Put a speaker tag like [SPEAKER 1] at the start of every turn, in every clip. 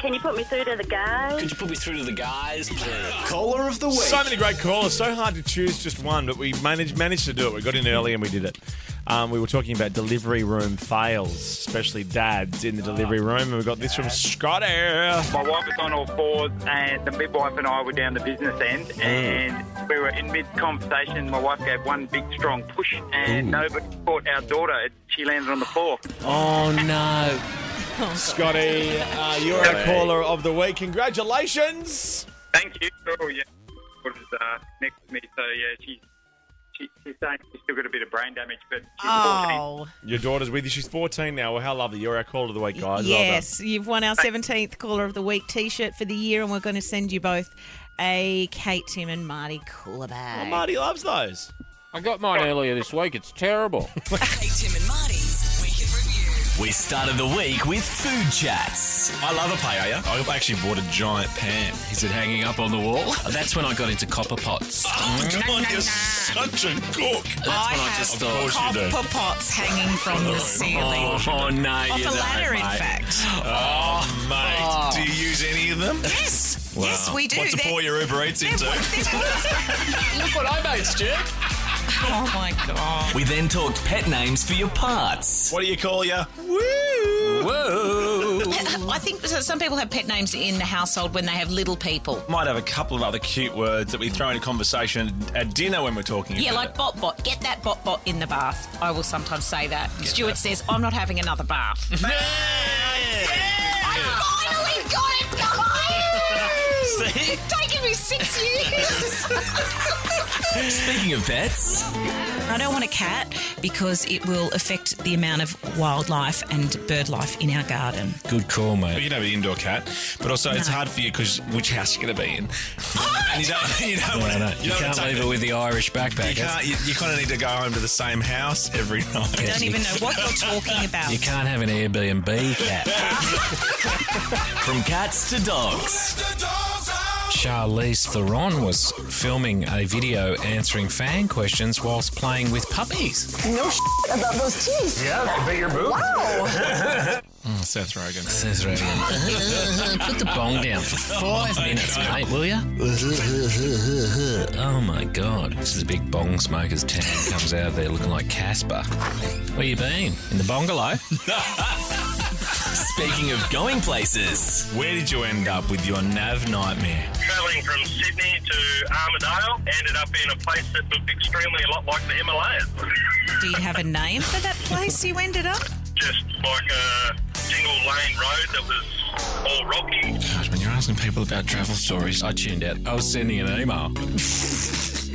[SPEAKER 1] can you put me through to the guys?
[SPEAKER 2] Could you put me through to the guys, please?
[SPEAKER 3] Caller of the week.
[SPEAKER 4] So many great callers. So hard to choose just one, but we managed managed to do it. We got in early and we did it. Um, we were talking about delivery room fails, especially dads in the delivery room, and we got this from Scotty.
[SPEAKER 5] My wife was on all fours, and the midwife and I were down the business end, and we were in mid conversation. My wife gave one big strong push, and nobody caught our daughter. It- She landed on the floor.
[SPEAKER 2] Oh no.
[SPEAKER 4] Scotty, uh, you're our caller of the week. Congratulations.
[SPEAKER 5] Thank you. Oh yeah, was uh, next to me, so yeah, she's she, she's saying she's still got a bit of brain damage, but she's 14.
[SPEAKER 6] Oh,
[SPEAKER 4] Your daughter's with you. She's 14 now. Well, how lovely. You're our caller of the week, guys. Well done.
[SPEAKER 6] yes. You've won our 17th Caller of the Week t shirt for the year, and we're going to send you both a Kate, Tim, and Marty
[SPEAKER 4] Oh,
[SPEAKER 6] cooler bag.
[SPEAKER 4] Marty loves those.
[SPEAKER 7] I got mine earlier this week. It's terrible.
[SPEAKER 8] Hey, Tim and Marty's Week in Review.
[SPEAKER 2] We started the week with food chats.
[SPEAKER 3] I love a paella. I actually bought a giant pan.
[SPEAKER 2] Is it hanging up on the wall? Oh, That's when I got into copper pots.
[SPEAKER 3] Oh, come on, you're such a cook.
[SPEAKER 2] That's
[SPEAKER 8] I
[SPEAKER 2] when I
[SPEAKER 8] have
[SPEAKER 2] just
[SPEAKER 3] Of
[SPEAKER 2] thought.
[SPEAKER 3] course you do.
[SPEAKER 8] copper pots hanging from the ceiling.
[SPEAKER 2] Oh, no,
[SPEAKER 8] Off
[SPEAKER 2] you
[SPEAKER 8] a
[SPEAKER 2] don't,
[SPEAKER 8] ladder, in
[SPEAKER 2] mate.
[SPEAKER 8] fact.
[SPEAKER 3] Oh, mate. Do you use any of them?
[SPEAKER 8] Yes. Yes, we do.
[SPEAKER 3] What to
[SPEAKER 8] They're-
[SPEAKER 3] pour your Uber Eats
[SPEAKER 8] they're-
[SPEAKER 3] into?
[SPEAKER 2] Look what I made, Stu.
[SPEAKER 8] oh, my God.
[SPEAKER 2] We then talked pet names for your parts.
[SPEAKER 3] What do you call ya?
[SPEAKER 2] Whoa.
[SPEAKER 8] I think so- some people have pet names in the household when they have little people.
[SPEAKER 3] Might have a couple of other cute words that we throw into conversation at dinner when we're talking.
[SPEAKER 8] Yeah,
[SPEAKER 3] about
[SPEAKER 8] like bot bot. Get that bot bot in the bath. I will sometimes say that. Stuart says, I'm not having another bath.
[SPEAKER 3] it.
[SPEAKER 8] I finally got it behind! It's taken me six years!
[SPEAKER 2] Speaking of pets,
[SPEAKER 8] I don't want a cat because it will affect the amount of wildlife and bird life in our garden.
[SPEAKER 3] Good call, mate. But you can have an indoor cat, but also it's hard for you because which house you're going to be in. And you don't, you don't want to. You, don't wanna take
[SPEAKER 2] with the Irish backpack.
[SPEAKER 3] You can't. You, you kind of need to go home to the same house every night.
[SPEAKER 8] I don't even know what you're talking about.
[SPEAKER 2] can't have an Airbnb cat. From cats to dogs.
[SPEAKER 9] Charlize Theron was filming a video answering fan questions whilst playing with puppies.
[SPEAKER 3] Oh, Seth Rogen.
[SPEAKER 9] Says Rogan. Put the bong down for five minutes, mate, will you? oh my god. This is a big bong smoker's town. Comes out of there looking like Casper. Where you been? In the bungalow?
[SPEAKER 2] Speaking of going places,
[SPEAKER 3] Where did you end up with your nav nightmare?
[SPEAKER 10] Travelling from Sydney to Armadale, ended up in a place that looked extremely a lot like the Himalayas.
[SPEAKER 6] Do you have a name for that place you ended up?
[SPEAKER 10] Just like a single lane road that was all rocky.
[SPEAKER 9] Gosh, when you're asking people about travel stories, I tuned out. I was sending an email.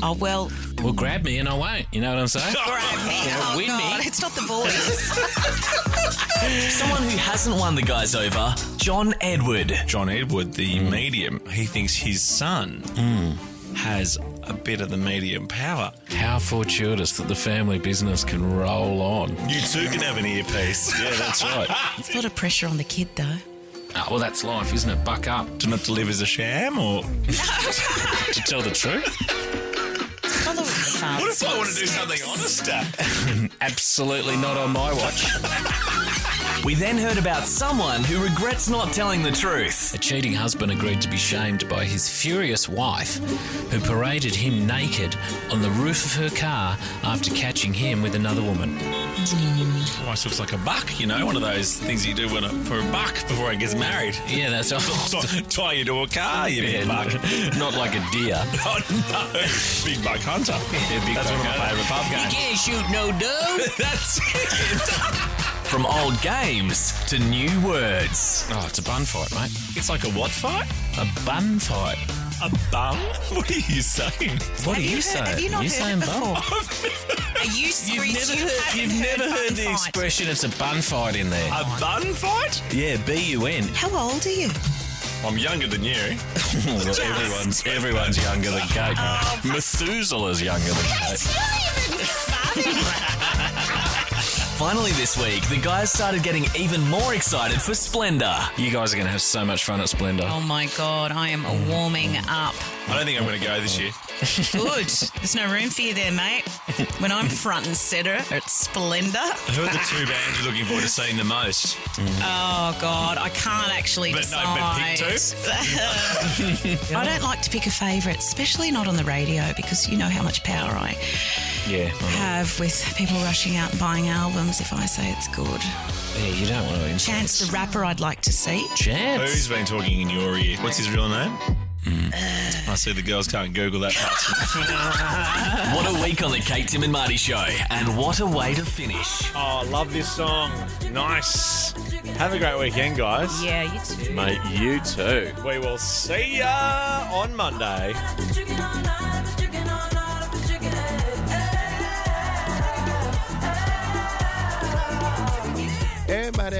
[SPEAKER 6] Oh, well,
[SPEAKER 9] Well, grab me and I won't. You know what I'm saying?
[SPEAKER 6] oh,
[SPEAKER 9] win me.
[SPEAKER 6] God, it's not the voice.
[SPEAKER 2] someone who hasn't won the guys over, John Edward. Hmm.
[SPEAKER 3] John Edward, the medium, he thinks his son has a bit of the medium power.
[SPEAKER 9] How fortuitous that the family business can roll on.
[SPEAKER 3] You too can have an earpiece. yeah, that's right.
[SPEAKER 6] it's a lot of pressure on the kid, though.
[SPEAKER 8] Oh,
[SPEAKER 9] Ah, well, that's life, isn't it? Buck up.
[SPEAKER 3] To not deliver is a sham, or
[SPEAKER 9] To tell the truth?
[SPEAKER 6] Follow it, Father.
[SPEAKER 3] what if I want to do something honester?
[SPEAKER 9] Absolutely not on my watch.
[SPEAKER 2] We then heard about someone who regrets not telling the truth.
[SPEAKER 9] A cheating husband agreed to be shamed by his furious wife, who paraded him naked on the roof of her car after catching him with another woman.
[SPEAKER 3] Almost looks like a buck, you know, one of those things you do when a, for a buck before he gets married.
[SPEAKER 9] Yeah, that's
[SPEAKER 3] Tie, tie you to a car, you
[SPEAKER 9] Yeah,
[SPEAKER 3] big buck.
[SPEAKER 9] not like a deer.
[SPEAKER 3] Oh no, big buck hunter. that's one of my favourite pub games.
[SPEAKER 8] can't shoot no doe.
[SPEAKER 3] That's
[SPEAKER 2] From old games to new words.
[SPEAKER 9] Oh, it's a bun fight, mate.
[SPEAKER 3] It's like a what fight?
[SPEAKER 9] A bun fight.
[SPEAKER 3] A bum? What are you saying?
[SPEAKER 9] What are
[SPEAKER 6] Have
[SPEAKER 9] you,
[SPEAKER 6] you heard,
[SPEAKER 9] saying?
[SPEAKER 6] have you not
[SPEAKER 9] you
[SPEAKER 6] heard
[SPEAKER 9] saying
[SPEAKER 6] it
[SPEAKER 9] bun?
[SPEAKER 6] before?
[SPEAKER 8] Are you serious?
[SPEAKER 9] Never heard-
[SPEAKER 8] haven't
[SPEAKER 9] you've never heard
[SPEAKER 8] bun
[SPEAKER 9] the
[SPEAKER 8] fight.
[SPEAKER 9] expression it's a bun fight in there.
[SPEAKER 3] A bun fight?
[SPEAKER 9] yeah, B U N.
[SPEAKER 6] How old are you?
[SPEAKER 3] I'm younger than you.
[SPEAKER 9] Everyone's everyone's younger than Kate.
[SPEAKER 8] Oh.
[SPEAKER 9] Methuselah's younger than Kate.
[SPEAKER 2] Finally, this week, the guys started getting even more excited for Splendor.
[SPEAKER 9] You guys are going to have so much fun at Splendor.
[SPEAKER 8] Oh my God, I am warming up.
[SPEAKER 3] I don't think I'm going to go this year.
[SPEAKER 8] Good. There's no room for you there, mate. When I'm front and centre at Splendor.
[SPEAKER 3] Who are the two bands you're looking forward to seeing the most?
[SPEAKER 8] Oh, God. I can't actually
[SPEAKER 3] But no, but
[SPEAKER 8] decide.
[SPEAKER 3] pick
[SPEAKER 8] I don't like to pick a favourite, especially not on the radio, because you know how much power I
[SPEAKER 9] Yeah.
[SPEAKER 8] have with people rushing out and buying albums if I say it's good.
[SPEAKER 9] Yeah, you don't want to insult.
[SPEAKER 8] Chance the rapper I'd like to see.
[SPEAKER 3] Who's
[SPEAKER 9] Chance.
[SPEAKER 3] Oh, been talking in your ear? What's his real name? Mm. I see the girls can't Google that part.
[SPEAKER 2] What a week on the Kate, Tim and Marty show, and what a way to finish.
[SPEAKER 4] Oh, I love this song. Nice. Have a great weekend, guys.
[SPEAKER 6] Yeah, you too.
[SPEAKER 7] Mate, you too.
[SPEAKER 4] We will see ya on Monday.
[SPEAKER 11] Everybody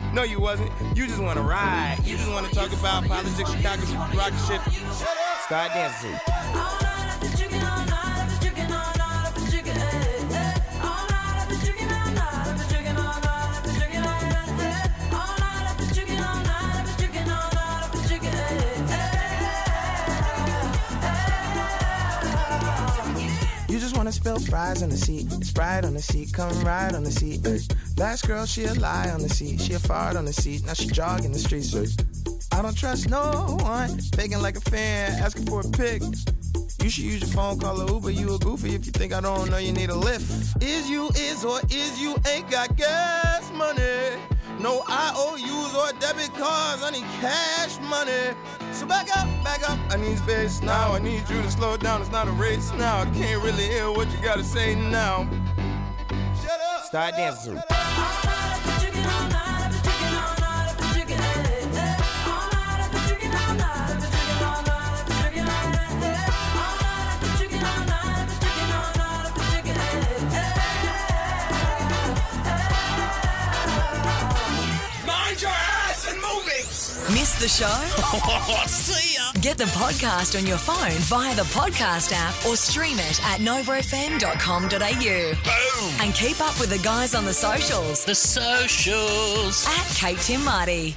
[SPEAKER 11] No, you wasn't. You just wanna ride. You just wanna talk about politics, Chicago, rock shit. Start dancing. You just wanna spill fries on the seat. Sprite on the seat, come ride on the seat. Ay. Last girl, she a lie on the seat. She a fart on the seat, now she jog in the streets. Ay. I don't trust no one. Faking like a fan, asking for a pic. You should use your phone, call a Uber. You a goofy if you think I don't know you need a lift. Is you is or is you ain't got gas money? No IOUs or debit cards, I need cash money. So back up, back up, I need space now. I need you to slow down, it's not a race now. I can't really hear what you gotta say now. Shut up. Start dancing.
[SPEAKER 12] Miss the show? See ya. Get the podcast on your phone via the podcast app or stream it at novofm.com.au. Boom! And keep up with the guys on the socials. The socials. At Kate Tim Marty.